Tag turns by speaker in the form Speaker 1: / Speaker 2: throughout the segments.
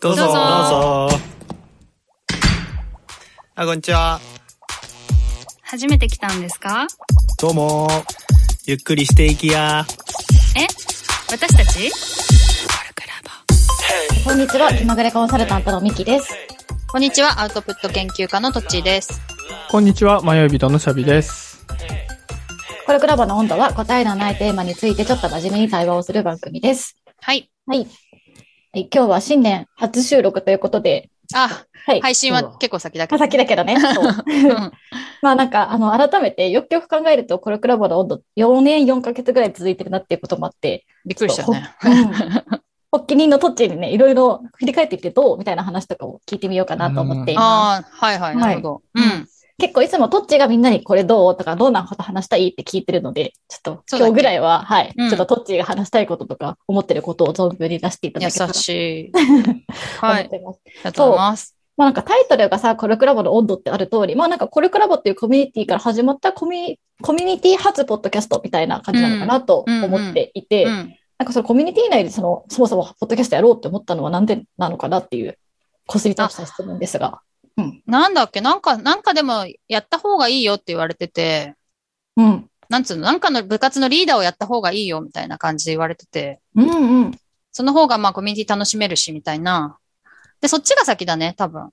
Speaker 1: どうぞ
Speaker 2: どうぞ
Speaker 1: あこんにちは
Speaker 2: 初めて来たんですか
Speaker 1: どうもゆっくりしていきや
Speaker 2: え私たち
Speaker 3: こんにちは、気まぐれコンサルタントのミキです。
Speaker 4: こんにちは、アウトプット研究家のトッチーです。
Speaker 5: こんにちは、迷い人のシャビです。
Speaker 3: コルクラボの温度は答えのないテーマについてちょっと真面目に対話をする番組です。
Speaker 4: はい。
Speaker 3: はい。はい今日は新年初収録ということで、
Speaker 4: あ、
Speaker 3: はい。
Speaker 4: 配信は結構先だけ
Speaker 3: まあ
Speaker 4: ど。
Speaker 3: 先だけどね。そう
Speaker 4: うん
Speaker 3: まあなんか、あの、改めてよくよく考えると、コルクラボの温度4年4ヶ月ぐらい続いてるなっていうこともあ って、
Speaker 4: びっくりしたね。
Speaker 3: うん発起人のトッチーにね、いろいろ振り返ってみてどうみたいな話とかを聞いてみようかなと思っています。
Speaker 4: ああ、はいはい、なるほど。
Speaker 3: は
Speaker 4: う
Speaker 3: い
Speaker 4: ん。
Speaker 3: 結構いつもトッチーがみんなにこれどうとかどんなこと話したいって聞いてるので、ちょっと
Speaker 4: そうだね
Speaker 3: 今日ぐらいは、はい、
Speaker 4: うん
Speaker 3: ちょっとトッチーが話したいこととか思ってることを存分に出していただ
Speaker 4: 優
Speaker 3: けたら
Speaker 4: し
Speaker 3: と
Speaker 4: い。
Speaker 3: 思
Speaker 4: は
Speaker 3: っ
Speaker 4: い。
Speaker 3: てます。
Speaker 4: ありがとうございます。
Speaker 3: まあなんかタイトルがさ、コルクラボの温度ってある通り、まあなんかコルクラボっていうコミュニティから始まったコミコミュニティ初ポッドキャストみたいな感じなのかなと思っていて、
Speaker 4: うん。
Speaker 3: なんかそのコミュニティ内でその、そもそもポッドキャストやろうって思ったのはなんでなのかなっていう、こすり倒した質問ですが。
Speaker 4: なんだっけなんか、なんかでも、やった方がいいよって言われてて、
Speaker 3: うん。
Speaker 4: なんつうのなんかの部活のリーダーをやった方がいいよみたいな感じで言われてて、
Speaker 3: うんうん。
Speaker 4: その方がまあコミュニティ楽しめるし、みたいな。で、そっちが先だね、多分。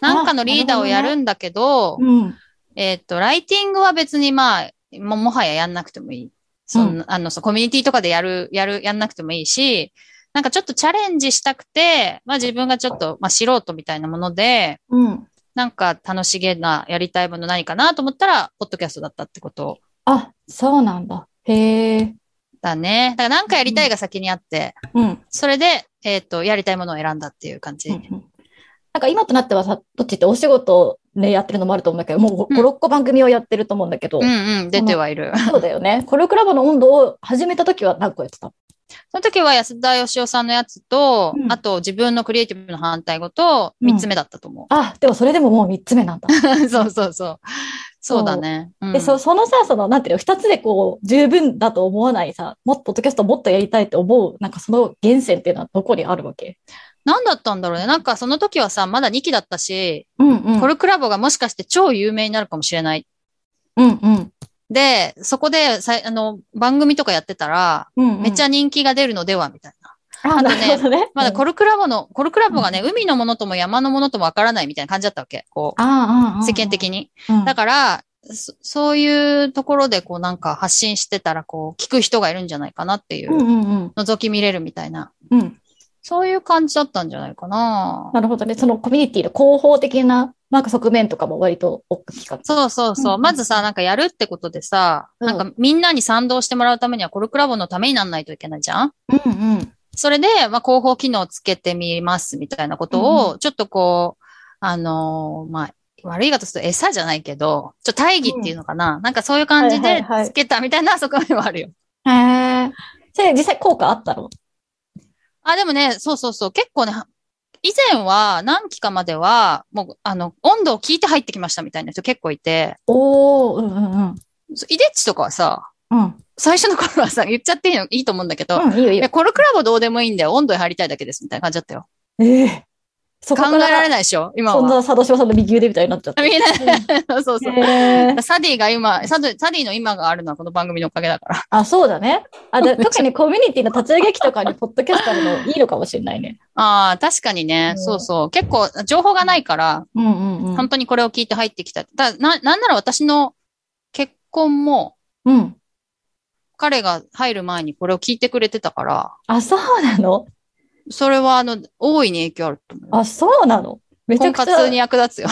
Speaker 4: なんかのリーダーをやるんだけど、
Speaker 3: うん。
Speaker 4: えーっと、ライティングは別にまあ、も、もはややんなくてもいい。そんな、あの、そうコミュニティとかでやる、やる、やんなくてもいいし、なんかちょっとチャレンジしたくて、まあ自分がちょっと、まあ素人みたいなもので、
Speaker 3: うん。
Speaker 4: なんか楽しげなやりたいもの何かなと思ったら、ポッドキャストだったってこと
Speaker 3: あ、そうなんだ。へえ。
Speaker 4: だね。だからなんかやりたいが先にあって、
Speaker 3: うん。
Speaker 4: それで、えーっと、やりたいものを選んだっていう感じ。
Speaker 3: なんか今となってはさ、どっちってお仕事ね、やってるのもあると思うんだけど、もう5、
Speaker 4: うん
Speaker 3: 6個番組をやってると思うんだけど
Speaker 4: う、んうん、出てはいる。
Speaker 3: そうだよね。コルクラボの温度を始めた時は何個やってた
Speaker 4: その時は安田義雄さんのやつと、
Speaker 3: うん
Speaker 4: あと自分のクリエイティブの反対語と、
Speaker 3: うん
Speaker 4: 三つ目だったと思う。
Speaker 3: あ、でもそれでももう3つ目なんだ。
Speaker 4: そうそうそう。そうだね。うん
Speaker 3: で、そそのさ、その、なんていうの、2つでこう、十分だと思わないさ、もっとポッドキャストもっとやりたいって思う、なんかその源泉っていうのはどこにあるわけ
Speaker 4: 何だったんだろうね。なんかその時はさ、まだ2期だったし、
Speaker 3: うんうん
Speaker 4: コルクラボがもしかして超有名になるかもしれない。
Speaker 3: うんうん。
Speaker 4: で、そこでさい、あの、番組とかやってたら、
Speaker 3: うんうん
Speaker 4: めっちゃ人気が出るのではみたいな。
Speaker 3: あ、
Speaker 4: あと
Speaker 3: な
Speaker 4: ね
Speaker 3: るほどね。
Speaker 4: まだ
Speaker 3: うん
Speaker 4: コルクラボの、コルクラボがね、海のものとも山のものともわからないみたいな感じだったわけ。こ
Speaker 3: あああああ
Speaker 4: う、
Speaker 3: あ
Speaker 4: 世間的に。
Speaker 3: うん
Speaker 4: だから、そそういうところでこうなんか発信してたら、こう、聞く人がいるんじゃないかなっていうう、
Speaker 3: んうんうん。
Speaker 4: 覗き見れるみたいな。
Speaker 3: うん。
Speaker 4: そういう感じだったんじゃないかな。
Speaker 3: なるほどね。そのコミュニティの広報的な、なんか側面とかも割と大きかった。
Speaker 4: そうそうそう。
Speaker 3: うん
Speaker 4: まずさ、なんかやるってことでさ、
Speaker 3: うん
Speaker 4: なんかみんなに賛同してもらうためにはコルクラボのためになんないといけないじゃん
Speaker 3: うんうん。
Speaker 4: それで、まあ、広報機能をつけてみますみたいなこと
Speaker 3: うん
Speaker 4: を、ちょっとこう、あのーまあ、悪い言い方すると餌じゃないけど、ちょっと大義っていうのかな、なんかそういう感じ
Speaker 3: はい
Speaker 4: で
Speaker 3: はいはい
Speaker 4: つけたみたいな側面はあるよ。
Speaker 3: へえ。それ実際効果あったの
Speaker 4: あ、でもね、そうそうそう。結構ね、以前は何期かまでは、もう、あの、温度を聞いて入ってきましたみたいな人結構いて、
Speaker 3: おー、うんうんうん。
Speaker 4: そうイデッチとかはさ、
Speaker 3: うん。
Speaker 4: 最初の頃はさ、言っちゃっていいのいいと思うんだけど、
Speaker 3: うん、いいよいい
Speaker 4: いや
Speaker 3: よ。
Speaker 4: コルクラボどうでもいいんだよ。温度に入りたいだけです。みたいな感じだったよ。
Speaker 3: ええそこ
Speaker 4: 考
Speaker 3: か
Speaker 4: えられ
Speaker 3: ら、
Speaker 4: ないでしょ今
Speaker 3: そん
Speaker 4: は。
Speaker 3: な佐渡島さんの右腕みたいになっちゃった。
Speaker 4: みんな、 そうそう。
Speaker 3: へえ
Speaker 4: サディが今、サディサディの今があるのはこの番組のおかげだから。
Speaker 3: あ、そうだね。あで特にコミュニティの立ち上げ期とかに、ポッドキャストあるのいいのかもしれないね。
Speaker 4: ああ、確かにね、
Speaker 3: うん
Speaker 4: そうそう。結構、情報がないから、
Speaker 3: うんうんう
Speaker 4: 本。当にこれを聞いて入ってきた。だな、なんなら私の結婚も、
Speaker 3: うん。
Speaker 4: 彼が入る前にこれを聞いてくれてたから、
Speaker 3: あ、そうなの
Speaker 4: それはあの、大いに影響あると思う。
Speaker 3: あ、そうなのめちゃ
Speaker 4: 婚
Speaker 3: くち
Speaker 4: 活に
Speaker 3: ゃ、
Speaker 4: 役立つ よ。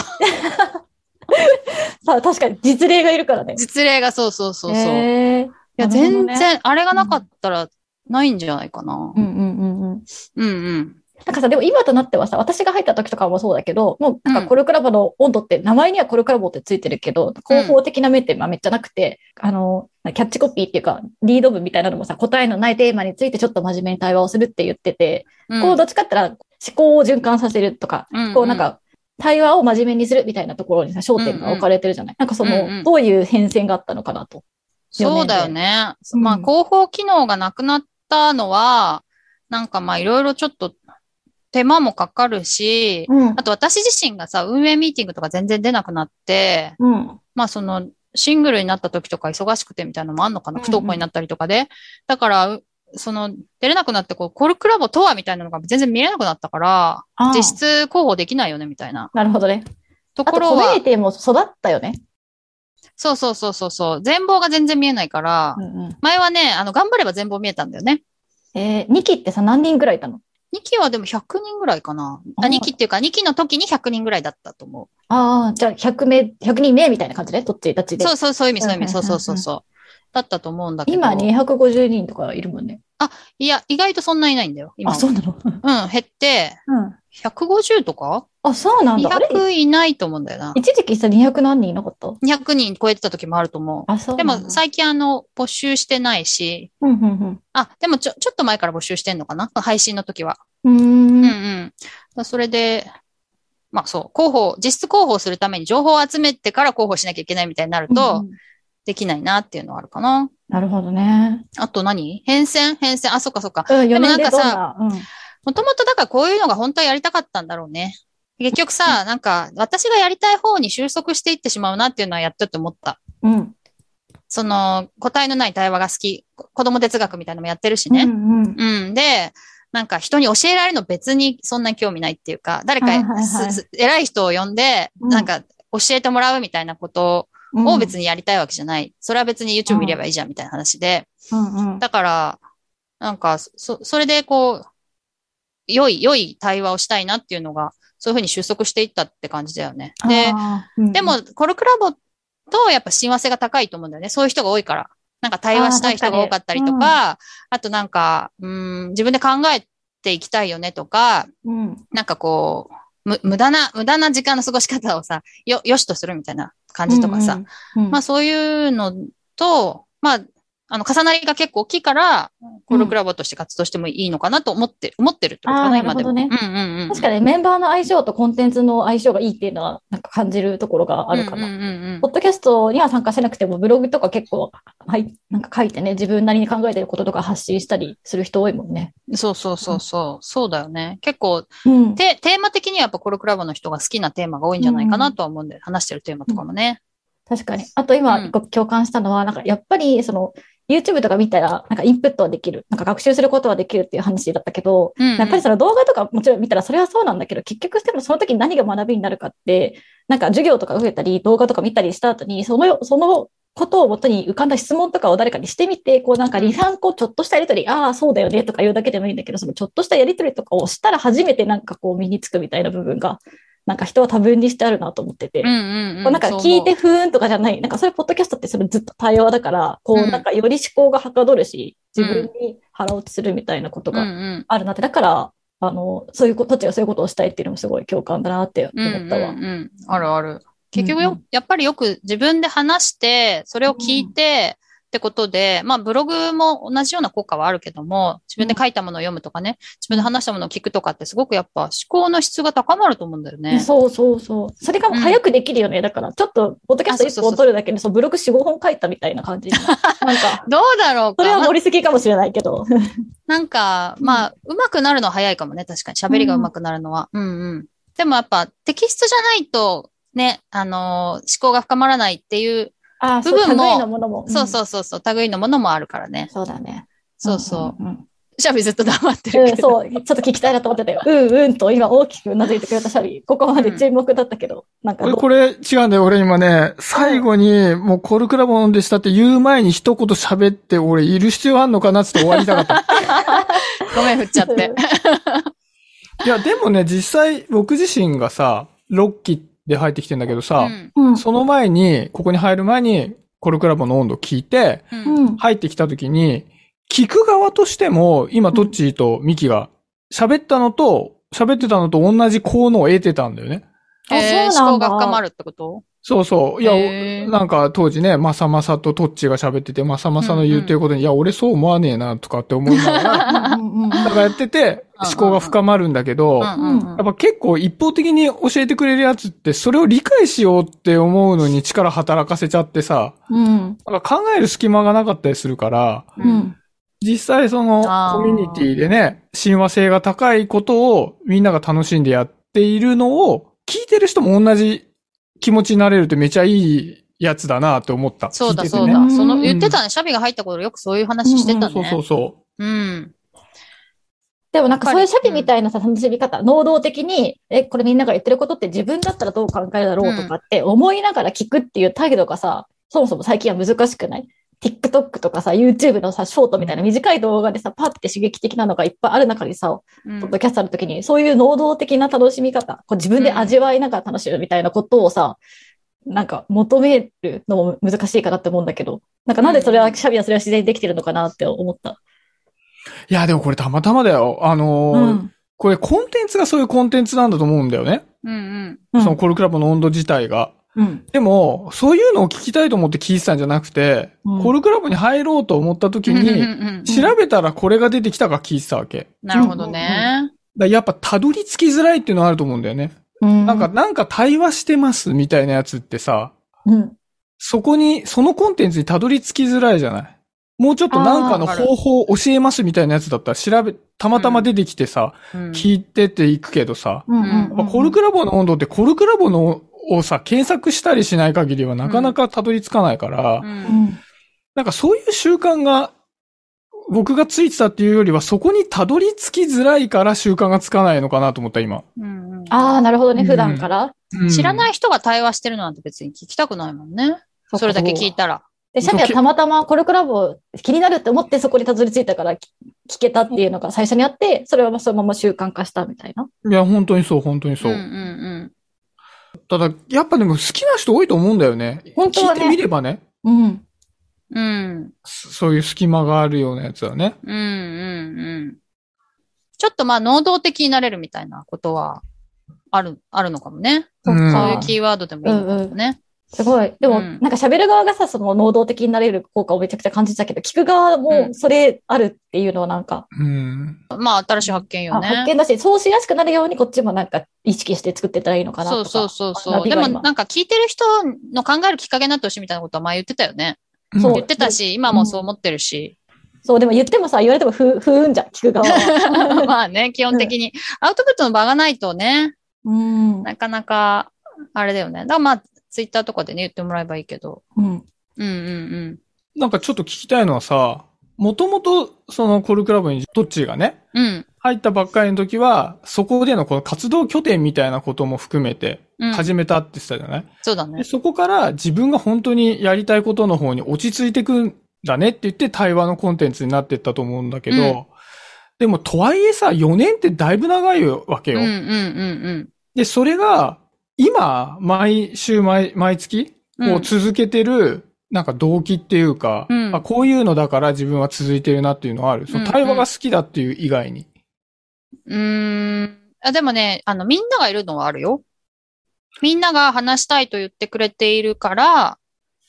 Speaker 3: さ確かに実例がいるからね。
Speaker 4: 実例がそうそうそうそう。
Speaker 3: へえ
Speaker 4: いや、
Speaker 3: なるほど
Speaker 4: 全
Speaker 3: ね
Speaker 4: 然、あれがなかったら、ないんじゃないかな。
Speaker 3: うんうんうんうん。
Speaker 4: うんうん。
Speaker 3: なんかさ、でも今となってはさ、私が入った時とかもそうだけど、もうなん
Speaker 4: う
Speaker 3: か
Speaker 4: ん
Speaker 3: コルクラボの温度って、名前にはコルクラボってついてるけど、広報的な面ってまあめっちゃなくて、あの、キャッチコピーっていうか、リード文みたいなのもさ、答えのないテーマについてちょっと真面目に対話をするって言ってて、
Speaker 4: うん
Speaker 3: こう、どっちかって言ったら思考を循環させるとか、
Speaker 4: うんうん
Speaker 3: こうなんか、対話を真面目にするみたいなところにさ、焦点が置かれてるじゃない、なんかそ
Speaker 4: うんう
Speaker 3: の、
Speaker 4: ん
Speaker 3: どういう変遷があったのかなと。
Speaker 4: そうだよね。
Speaker 3: うん
Speaker 4: まあ、広報機能がなくなったのは、なんかまあ、いろいろちょっと、手間もかかるし、
Speaker 3: うん
Speaker 4: あと私自身がさ、運営ミーティングとか全然出なくなって、
Speaker 3: うん。
Speaker 4: まあその、シングルになった時とか忙しくてみたいなのもあんのかな、
Speaker 3: うんうん
Speaker 4: 不登校になったりとかで。だから、うその、出れなくなって、こう、コルクラボとはみたいなのが全然見れなくなったから、
Speaker 3: あー
Speaker 4: 実質広報できないよね、みたいな。
Speaker 3: なるほどね。
Speaker 4: と
Speaker 3: あ
Speaker 4: ことろ
Speaker 3: コミュ
Speaker 4: は
Speaker 3: ニ、ティも育ったよね。
Speaker 4: そうそうそうそうそう、全貌が全然見えないから、
Speaker 3: うんうん。
Speaker 4: 前はね、あの、頑張れば全貌見えたんだよね。
Speaker 3: えー、2期ってさ、何人ぐらいいたの
Speaker 4: 2期はでも100人ぐらいかな。あ、
Speaker 3: あ
Speaker 4: 2期っていうか、2期の時に100人ぐらいだったと思
Speaker 3: ああ、じゃあ100名、100人名みたいな感じで、どっち、どっち
Speaker 4: う。
Speaker 3: で。
Speaker 4: そうそう、そういう意味、そういう意味、
Speaker 3: うんう
Speaker 4: そ
Speaker 3: んうんう
Speaker 4: うんそうそうそう。だったと思うんだけど。
Speaker 3: 今250人とかいるもんね。
Speaker 4: いや、意外とそんないないんだよ、今
Speaker 3: あ、
Speaker 4: は。
Speaker 3: そうなの
Speaker 4: うん、減って、
Speaker 3: うん。
Speaker 4: 150とか
Speaker 3: あ、そうなんだ。あれ
Speaker 4: ?200 いないと思うんだよな。
Speaker 3: 一時期さ、200何人いなかった
Speaker 4: 200人超えてた時もあると思
Speaker 3: あ、そう
Speaker 4: う。で
Speaker 3: なんだ。
Speaker 4: も、最近あの、募集してないし、
Speaker 3: うん、うん、
Speaker 4: あ、でもちょ、ちょっと前から募集してんのかな配信の時は。
Speaker 3: うん。
Speaker 4: うんう
Speaker 3: うーん。
Speaker 4: ん。だそれで、まあそう、広報、実質広報するために情報を集めてから広報しなきゃいけないみたいになると、
Speaker 3: うんうん、
Speaker 4: できないなっていうのはあるかな。
Speaker 3: なるほどね。
Speaker 4: あと何変遷変遷。あ、そっかそっか。
Speaker 3: うん、4
Speaker 4: でもなん
Speaker 3: 年で
Speaker 4: か
Speaker 3: どん
Speaker 4: さ
Speaker 3: な。うん
Speaker 4: もともとだからこういうのが本当はやりたかったんだろうね。結局さ、なんか私がやりたい方に収束していってしまうなっていうのはやっとって思った。
Speaker 3: うん。
Speaker 4: その、答えのない対話が好き。こ子供哲学みたいなのもやってるしね。
Speaker 3: うんうん。
Speaker 4: うん。で、なんか人に教えられるの別にそんなに興味ないっていうか、誰か、
Speaker 3: はいはいはい
Speaker 4: すす偉い人を呼んで、
Speaker 3: うん
Speaker 4: なんか教えてもらうみたいなこと
Speaker 3: うん
Speaker 4: を別にやりたいわけじゃない。それは別に YouTube 見ればいいじゃんみたいな話で。
Speaker 3: うんうん。
Speaker 4: だから、なんか、そ、それでこう、良い、良い対話をしたいなっていうのが、そういうふうに収束していったって感じだよね。で、
Speaker 3: あー、
Speaker 4: でも、コルクラボとやっぱ親和性が高いと思うんだよね。そういう人が多いから。なんか対話したい人が多かったりと
Speaker 3: あ
Speaker 4: か、
Speaker 3: ー確
Speaker 4: あとなんか、うん、自分で考えていきたいよねとか、
Speaker 3: うん、うん。
Speaker 4: なんかこう、む無駄な、無駄な時間の過ごし方をさ、よ、よしとするみたいな感じとかさ、
Speaker 3: うんうん、
Speaker 4: まあそういうのと、まあ、あの、重なりが結構大きいから、コルクラボとして活動してもいいのかなと思って、思ってるってことかな、
Speaker 3: あー
Speaker 4: 今でも。
Speaker 3: なるほ
Speaker 4: うんうんうん。
Speaker 3: 確かにメンバーの相性とコンテンツの相性がいいっていうのは、なんか感じるところがあるかな。
Speaker 4: うんうんうん
Speaker 3: ポッドキャストには参加しなくても、ブログとか結構、はい、なんか書いてね、自分なりに考えてることとか発信したりする人多いもんね。
Speaker 4: うん。そうそうそうそう。そうだよね。結構、
Speaker 3: うん。
Speaker 4: テテーマ的にはやっぱコルクラボの人が好きなテーマが多いんじゃないかなとは思うんで、話してるテーマとかもね。
Speaker 3: 確かに。あと
Speaker 4: う
Speaker 3: 今、
Speaker 4: ん
Speaker 3: 一個共感したのは、なんかやっぱり、その、YouTube とか見たら、なんかインプットはできる。なんか学習することはできるっていう話だったけど、
Speaker 4: うんうん
Speaker 3: やっぱりその動画とかもちろん見たらそれはそうなんだけど、結局でもその時に何が学びになるかって、なんか授業とか受けたり、動画とか見たりした後に、その、そのことをもとに浮かんだ質問とかを誰かにしてみて、こうなんか2、3個ちょっとしたやりとり、ああ、そうだよねとか言うだけでもいいんだけど、そのちょっとしたやりとりとかをしたら初めてなんかこう身につくみたいな部分が、なんか人は多分にしてあるなと思ってて。
Speaker 4: うんうんうん
Speaker 3: こうなんか聞いてふーんとかじゃない、なんかそれポッドキャストってそれずっと対話だから、こ
Speaker 4: う
Speaker 3: うんなんかより思考がはかどるし、自
Speaker 4: う
Speaker 3: 分に腹落ちするみたいなこと
Speaker 4: そう思う
Speaker 3: が
Speaker 4: うんうん
Speaker 3: あるなって、だから、あの、そういうこと、たちがそういうことをしたいっていうのもすごい共感だなって思ったわ。
Speaker 4: うんうんうんあるある。結局よ、
Speaker 3: うんうん
Speaker 4: やっぱりよく自分で話して、それを聞いて、ってことで、まあブログも同じような効果はあるけども、自分で書いたものを読むとかね、自分で話したものを聞くとかってすごくやっぱ思考の質が高まると思うんだよね。
Speaker 3: そうそうそう。それがもう早くできるよね。だから、ちょっと、ポッドキャスト
Speaker 4: あそうそう
Speaker 3: 1
Speaker 4: そう
Speaker 3: 本取るだけで、そうブログ4、5本書いたみたいな 感じ。なんか、
Speaker 4: どうだろう
Speaker 3: そ
Speaker 4: か
Speaker 3: れは
Speaker 4: な
Speaker 3: 盛りすぎかもしれないけど。
Speaker 4: なんか、
Speaker 3: うん
Speaker 4: まあ、上手くなるのは早いかもね、確かに。喋りが上手くなるのは。うんうん。でもやっぱテキストじゃないと、ね、あのー思考が深まらないっていう、
Speaker 3: あ あ、そう、
Speaker 4: 部分も
Speaker 3: 類のものも。
Speaker 4: そう
Speaker 3: うん。
Speaker 4: そうそうそう、類のものもあるからね。
Speaker 3: そうだね。
Speaker 4: そうそう。
Speaker 3: うん。うんうん
Speaker 4: シャビずっと黙って
Speaker 3: う
Speaker 4: るけ
Speaker 3: ん、
Speaker 4: ど。
Speaker 3: そう、ちょっと聞きたいなと思ってたよ。うんうんと、今大きくうなずいてくれたシャビ。ここまで注目だったけど、なんか
Speaker 5: 俺、
Speaker 3: どう、
Speaker 5: これ違うんだよ。俺今ね、最後に、もうコルクラボンでしたって言う前に一言喋って、俺いる必要あんのかなっつって終わりたかった。
Speaker 4: ごめん、振っちゃって。
Speaker 5: いや、でもね、実際僕自身がさ、6期で入ってきてんだけど
Speaker 4: う
Speaker 5: さ、
Speaker 4: ん
Speaker 3: うん。
Speaker 5: その前に、ここに入る前に、コルクラボの温度聞いて、
Speaker 4: う
Speaker 3: うんん。
Speaker 5: 入ってきた時に、聞く側としても、今、トッチーとミキが喋ったのと、喋ってたのと同じ効能を得てたんだよね。
Speaker 3: あ
Speaker 4: えー
Speaker 3: そうな
Speaker 4: 思考
Speaker 3: んだ
Speaker 4: が深まるってこと
Speaker 5: そうそう。いや、
Speaker 4: へー
Speaker 5: なんか当時ね、まさまさとトッチが喋ってて、まさまさの言うてることに、いや、俺そう思わねえな、とかって思いながら、
Speaker 3: うんうんうん
Speaker 5: なんかやってて、
Speaker 4: うんうん
Speaker 5: 思考が深まるんだけど、
Speaker 4: うん
Speaker 5: や
Speaker 4: うんうん
Speaker 5: っぱ結構一方的に教えてくれるやつって、それを理解しようって思うのに力働かせちゃってさ、
Speaker 3: うん。
Speaker 5: なんか考える隙間がなかったりするから、
Speaker 3: うん。
Speaker 5: 実際その
Speaker 4: あー
Speaker 5: コミュニティでね、親和性が高いことをみんなが楽しんでやっているのを聞いてる人も同じ気持ちになれるってめちゃいいやつだなって思った。
Speaker 4: そうだ
Speaker 5: 聞いてて
Speaker 4: そう
Speaker 5: ね
Speaker 4: だ。
Speaker 3: ね
Speaker 4: その
Speaker 3: うん
Speaker 4: 言ってたね。シャビが入った頃よくそういう話してた
Speaker 5: うんうんそうそ
Speaker 4: ね
Speaker 5: う。そ
Speaker 4: うん。
Speaker 3: でもなんかそうい
Speaker 4: や
Speaker 3: う
Speaker 4: っ
Speaker 3: シ
Speaker 4: ぱ
Speaker 3: ャ
Speaker 4: り
Speaker 3: ビみたいなさ、楽しみ方、能動的に、え、これみんなが言ってることって自分だったらどう考えるだろうとかって思いながら聞くっていう態度がさ、そもそも最近は難しくない ?TikTok とかさ、YouTube のさ、ショートみたいな短い動画でさ、パッて刺激的なのがいっぱいある中にさ、
Speaker 4: うん
Speaker 3: ポッドキャストの時に、そういう能動的な楽しみ方、こう自分で味わいながら楽しむみたいなことをさ、なんか求めるのも難しいかなって思うんだけど、なんかなんでそれは、シャビはそれは自然にできてるのかなって思った。
Speaker 5: う。いや、でもこれたまたまだよ。あのー
Speaker 3: うん。
Speaker 5: これコンテンツがそういうコンテンツなんだと思うんだよね。
Speaker 4: うんうん。
Speaker 3: うん
Speaker 5: そのコルクラボの温度自体が。
Speaker 3: うん。
Speaker 5: でも、そういうのを聞きたいと思って聞いてたんじゃなくて、
Speaker 3: うん
Speaker 5: コルクラボに入ろうと思った時
Speaker 4: うんうんう
Speaker 5: に、
Speaker 4: ん
Speaker 5: 調べたらこれが出てきたから聞いてたわけ。だか
Speaker 4: なるほどね。
Speaker 5: らやっぱたどり着きづらいっていうのはあると思うんだよね。
Speaker 3: な
Speaker 5: なんか、、なんか対話してますみたいなやつってさ、
Speaker 3: うん。
Speaker 5: そこに、そのコンテンツにたどり着きづらいじゃないもうちょっとなんかの
Speaker 4: あーわかる
Speaker 5: 方法を教えますみたいなやつだったら調べ、たまたま出てきてさ、
Speaker 4: うん
Speaker 5: 聞いてっていくけどさ、
Speaker 3: う
Speaker 4: う
Speaker 3: ん
Speaker 4: んうん
Speaker 5: まあコルクラボの温度ってコルクラボのをさ、検索したりしない限りはなかなかたどり着かないから、
Speaker 4: うん
Speaker 5: なんかそういう習慣が、僕がついてたっていうよりは、そこにたどり着きづらいから習慣がつかないのかなと思った、今。
Speaker 4: うんうん
Speaker 3: ああ、なるほど
Speaker 5: う
Speaker 3: ね。
Speaker 5: ん
Speaker 3: 普段から。
Speaker 4: 知らないい人が対話してるのなんて別に聞きたくないもんね。それだけ聞いたら。
Speaker 3: で、シャビはたまたまコルクラブを気になるって思ってそこにたどり着いたからき聞けたっていうのが最初にあって、それはそのまま習慣化したみたいな。
Speaker 5: いや、本当にそう、本当にそう。
Speaker 4: うんうん
Speaker 5: ただ、やっぱでも好きな人多いと思うんだよね。
Speaker 3: 本当は
Speaker 5: 聞いて
Speaker 3: ね。
Speaker 5: みればね、
Speaker 3: うん。
Speaker 4: うん。うん。
Speaker 5: そそういう隙間があるようなやつはね。
Speaker 4: うんうんうん。ちょっとまあ、能動的になれるみたいなことは、ある、あるのかもね。
Speaker 5: うん
Speaker 3: そっ
Speaker 4: そうい
Speaker 3: か
Speaker 4: うキーワードでもいいのかもね。
Speaker 3: すごい。でも、
Speaker 4: うん
Speaker 3: なんか喋る側がさ、その能動的になれる効果をめちゃくちゃ感じたけど、聞く側
Speaker 4: う
Speaker 3: も
Speaker 4: ん
Speaker 3: それあるっていうのはなんか、
Speaker 5: うん。
Speaker 4: まあ、新しい発見よ
Speaker 3: あ
Speaker 4: ね。
Speaker 3: 発見だし、そうしやすくなるようにこっちもなんか意識して作ってたらいいのかな
Speaker 4: そ
Speaker 3: と
Speaker 4: う
Speaker 3: か。
Speaker 4: そうそう
Speaker 3: 学
Speaker 4: そう。
Speaker 3: び
Speaker 4: で
Speaker 3: が
Speaker 4: も
Speaker 3: 今
Speaker 4: なんか聞いてる人の考えるきっかけになってほしいみたいなことは前言ってたよね。
Speaker 3: そう
Speaker 5: うん
Speaker 4: 言ってたし、今もそう思ってるし。
Speaker 3: そう、でも言ってもさ、言われてもふ、ふーんじゃん、聞く 側は。
Speaker 4: まあね、基本的に。アウトプットの場がないとね、
Speaker 3: うん。
Speaker 4: なかなか、あれだよね。だからまあ、ツイッターとかでね、言ってもらえばいいけど。
Speaker 3: うん。
Speaker 4: うんうん
Speaker 5: なんかちょっと聞きたいのはさ、もともと、そのコルクラブにトッチーがね、
Speaker 4: うん。うん。
Speaker 5: 入ったばっかりの時は、そこでのこの活動拠点みたいなことも含めて、
Speaker 4: うん、
Speaker 5: 始めたって言ってたじゃない、
Speaker 4: そうだ
Speaker 5: で
Speaker 4: ね。
Speaker 5: そこから自分が本当にやりたいことの方に落ち着いてくんだねって言って対話のコンテンツになってったと思うんだけど、
Speaker 4: うん
Speaker 5: でもとはいえさ、4年ってだいぶ長いわけ
Speaker 4: うん
Speaker 5: よ。
Speaker 4: うんうん
Speaker 5: で、それが、今、毎週毎、毎月、
Speaker 4: うん。
Speaker 5: こう続けてる、なんか動機っていうか、
Speaker 4: うん
Speaker 5: あこういうのだから自分は続いてるなっていうのはある。その対話が好きだっていう以外に。
Speaker 4: うーん。あでもね、あの、みんながいるのはあるよ。みんなが話したいと言ってくれているから、っ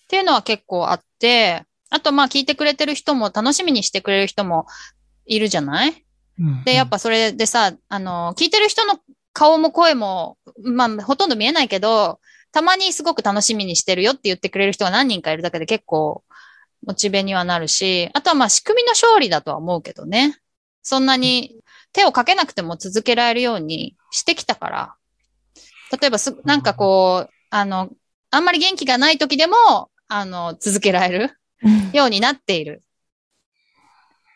Speaker 4: ていうのは結構あって、あとまあ聞いてくれてる人も楽しみにしてくれる人もいるじゃない
Speaker 5: うん
Speaker 4: で、やっ、ぱそれでさ、あの、聞いてる人の顔も声も、まあほとんど見えないけど、たまにすごく楽しみにしてるよって言ってくれる人が何人かいるだけで結構モチベにはなるし、あとはまあ仕組みの勝利だとは思うけどね。そんなに手をかけなくても続けられるようにしてきたから。例えばす、なんかこう、あの、あんまり元気がない時でも、あの、続けられるようになっている。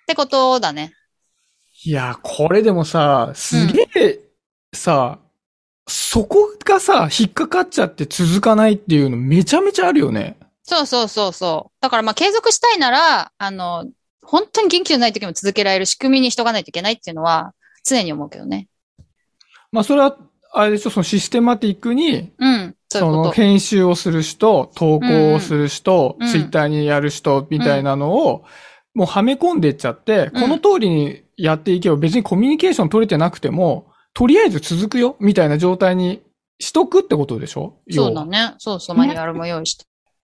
Speaker 4: ってことだね。
Speaker 5: いや、これでもさ、すげえ、さ、そこがさ、引っかかっちゃって続かないっていうのめちゃめちゃあるよね。
Speaker 4: そうそうそうそう。だからまあ継続したいなら、あの、本当に元気のない時も続けられる仕組みにしとかないといけないっていうのは常に思うけどね。
Speaker 5: まあ、それは、あれでしょ、そのシステマティックに、
Speaker 4: うん。そういう
Speaker 5: その
Speaker 4: こと。
Speaker 5: 編集をする人、投稿をする人、
Speaker 4: うんうん
Speaker 5: ツイッターにやる人みたいなのを、もうはめ込んでっちゃって、
Speaker 4: うん
Speaker 5: この通りにやっていけば別にコミュニケーション取れてなくても、とりあえず続くよ、みたいな状態にしとくってことでしょ
Speaker 4: そうだ
Speaker 5: 要は
Speaker 4: ね。そうそう、マニュアルも用意して。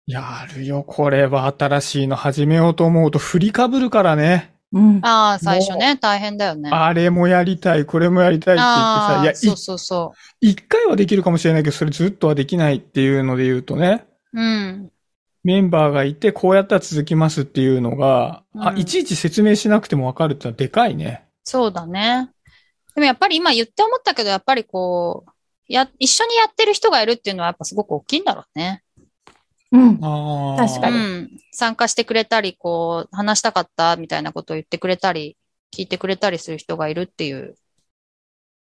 Speaker 5: やるよ、これは新しいの始めようと思うと振りかぶるからね。
Speaker 3: うん。
Speaker 4: ああ、最初ね、大変だよね。
Speaker 5: あれもやりたい、これもやりたいって言っ
Speaker 4: あ
Speaker 5: てさ、
Speaker 4: あ
Speaker 5: いや、
Speaker 4: そうそうそ
Speaker 5: い一回はできるかもしれないけど、それずっとはできないっていうので言うとね、
Speaker 4: う。うん。
Speaker 5: メンバーがいて、こうやったら続きますっていうのが、あ
Speaker 4: う、ん
Speaker 5: いちいち説明しなくてもわかるってのはでかいね。
Speaker 4: そうだね。でもやっぱり今言って思ったけど、やっぱりこう、や、一緒にやってる人がいるっていうのはやっぱすごく大きいんだろうね。
Speaker 3: うん。
Speaker 5: ああ。
Speaker 3: 確
Speaker 4: う
Speaker 3: かに
Speaker 4: ん。参加してくれたり、こう、話したかったみたいなことを言ってくれたり、聞いてくれたりする人がいるっていう。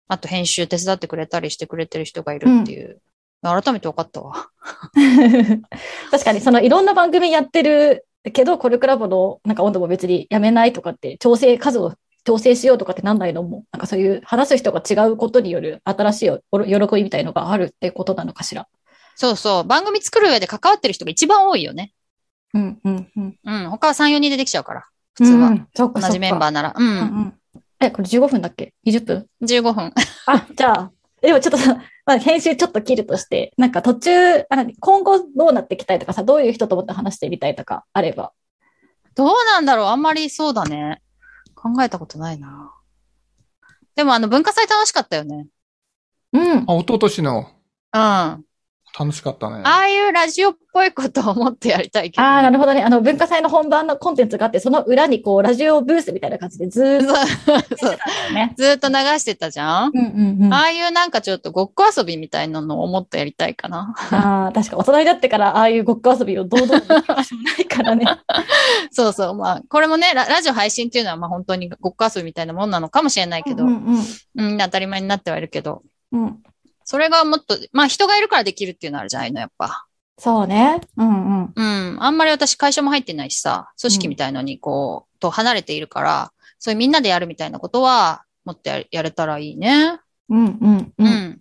Speaker 4: あと編集手伝ってくれたりしてくれてる人がいるっていう。改めて分かったわ。
Speaker 3: 確かに、そのいろんな番組やってるけど、コルクラボのなんか温度も別にやめないとかって、調整、数を調整しようとかってなんないのも、なんかそういう話す人が違うことによる新しいおろ喜びみたいのがあるってことなのかしら。
Speaker 4: そうそう。番組作る上で関わってる人が一番多いよね。
Speaker 3: うんうんうん。
Speaker 4: うん。他は3、4人出てきちゃうから。普通は。
Speaker 3: うん、そっか
Speaker 4: 同じメンバー
Speaker 3: ー。
Speaker 4: なら。う
Speaker 3: う
Speaker 4: ん
Speaker 3: うんえ、これ15分だっけ ?20 分
Speaker 4: ん。15分。
Speaker 3: あ、じゃあ、でもちょっとさ、まあ、編集ちょっと切るとして、なんか途中、あ何今後どうなっていきたいとかさ、どういう人ともっと話してみたいとかあれば。
Speaker 4: どうなんだろうあんまりそうだね。考えたことないな。でもあの文化祭楽しかったよね。
Speaker 3: うん。
Speaker 5: あ、一昨年の
Speaker 4: うん。あ
Speaker 5: 楽しかったね。
Speaker 4: あいうラジオっぽいことを思ってやりたいけど。
Speaker 3: ああ、なるほどね。あの、文化祭の本番のコンテンツがあって、その裏にこう、ラジオブースみたいな感じでずーっと
Speaker 4: そうそう
Speaker 3: ね。
Speaker 4: ずーっと流してたじゃん、
Speaker 3: うんうんうん。
Speaker 4: あ
Speaker 3: あ
Speaker 4: あいうなんかちょっとごっこ遊びみたいなのをもっとやりたいかな。
Speaker 3: あー、確か大人になってから、ああいうごっこ遊びを堂々とできる人もないからね。
Speaker 4: そうそう。まあ、これもねラ、ラジオ配信っていうのはまあ本当にごっこ遊びみたいなもんなのかもしれないけど、
Speaker 3: う
Speaker 4: うん
Speaker 3: んうん
Speaker 4: うん、当たり前になってはいるけど、
Speaker 3: うん。うん。
Speaker 4: それがもっと、まあ人がいるからできるっていうのあるじゃないの、やっぱ。
Speaker 3: そうね。うんうん。
Speaker 4: うん。あんまり私会社も入ってないしさ、組織みたいのにこう、と離れているから、そういうみんなでやるみたいなことは、もっとややれたらいいね。
Speaker 3: うんうん
Speaker 4: う
Speaker 3: うん。
Speaker 4: ん。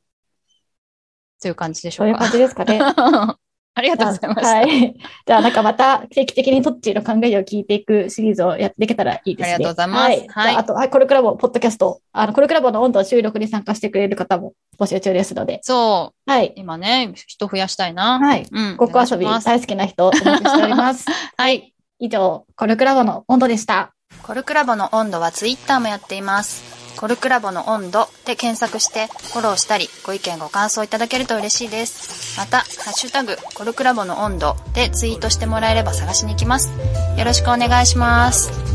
Speaker 4: という感じでし
Speaker 3: そう
Speaker 4: ょ
Speaker 3: いうう感
Speaker 4: か。
Speaker 3: じですかね。
Speaker 4: ありがとうございました。
Speaker 3: は
Speaker 4: あり
Speaker 3: い。じゃあ、なんかまた定期的にトッチーの考えを聞いていくシリーズをやっていけたらいいですね。
Speaker 4: ありがとうございます
Speaker 3: はい。じゃあ
Speaker 4: はい
Speaker 3: あと、はい、コルクラボ、ポッドキャスト、あの、コルクラボの温度収録に参加してくれる方も募集中ですので。
Speaker 4: そう。
Speaker 3: はい。
Speaker 4: 今ね、人増やしたいな。
Speaker 3: はい。
Speaker 4: うん。
Speaker 3: ごっこ遊び
Speaker 4: お願いします
Speaker 3: 大好きな人お待ちしております。
Speaker 4: はい。
Speaker 3: 以上、コルクラボの温度でした。
Speaker 6: コルクラボの温度はツイッターもやっています。コルクラボの温度で検索してフォローしたりご意見ご感想いただけると嬉しいです。また、ハッシュタグコルクラボの温度でツイートしてもらえれば探しに行きます。よろしくお願いします。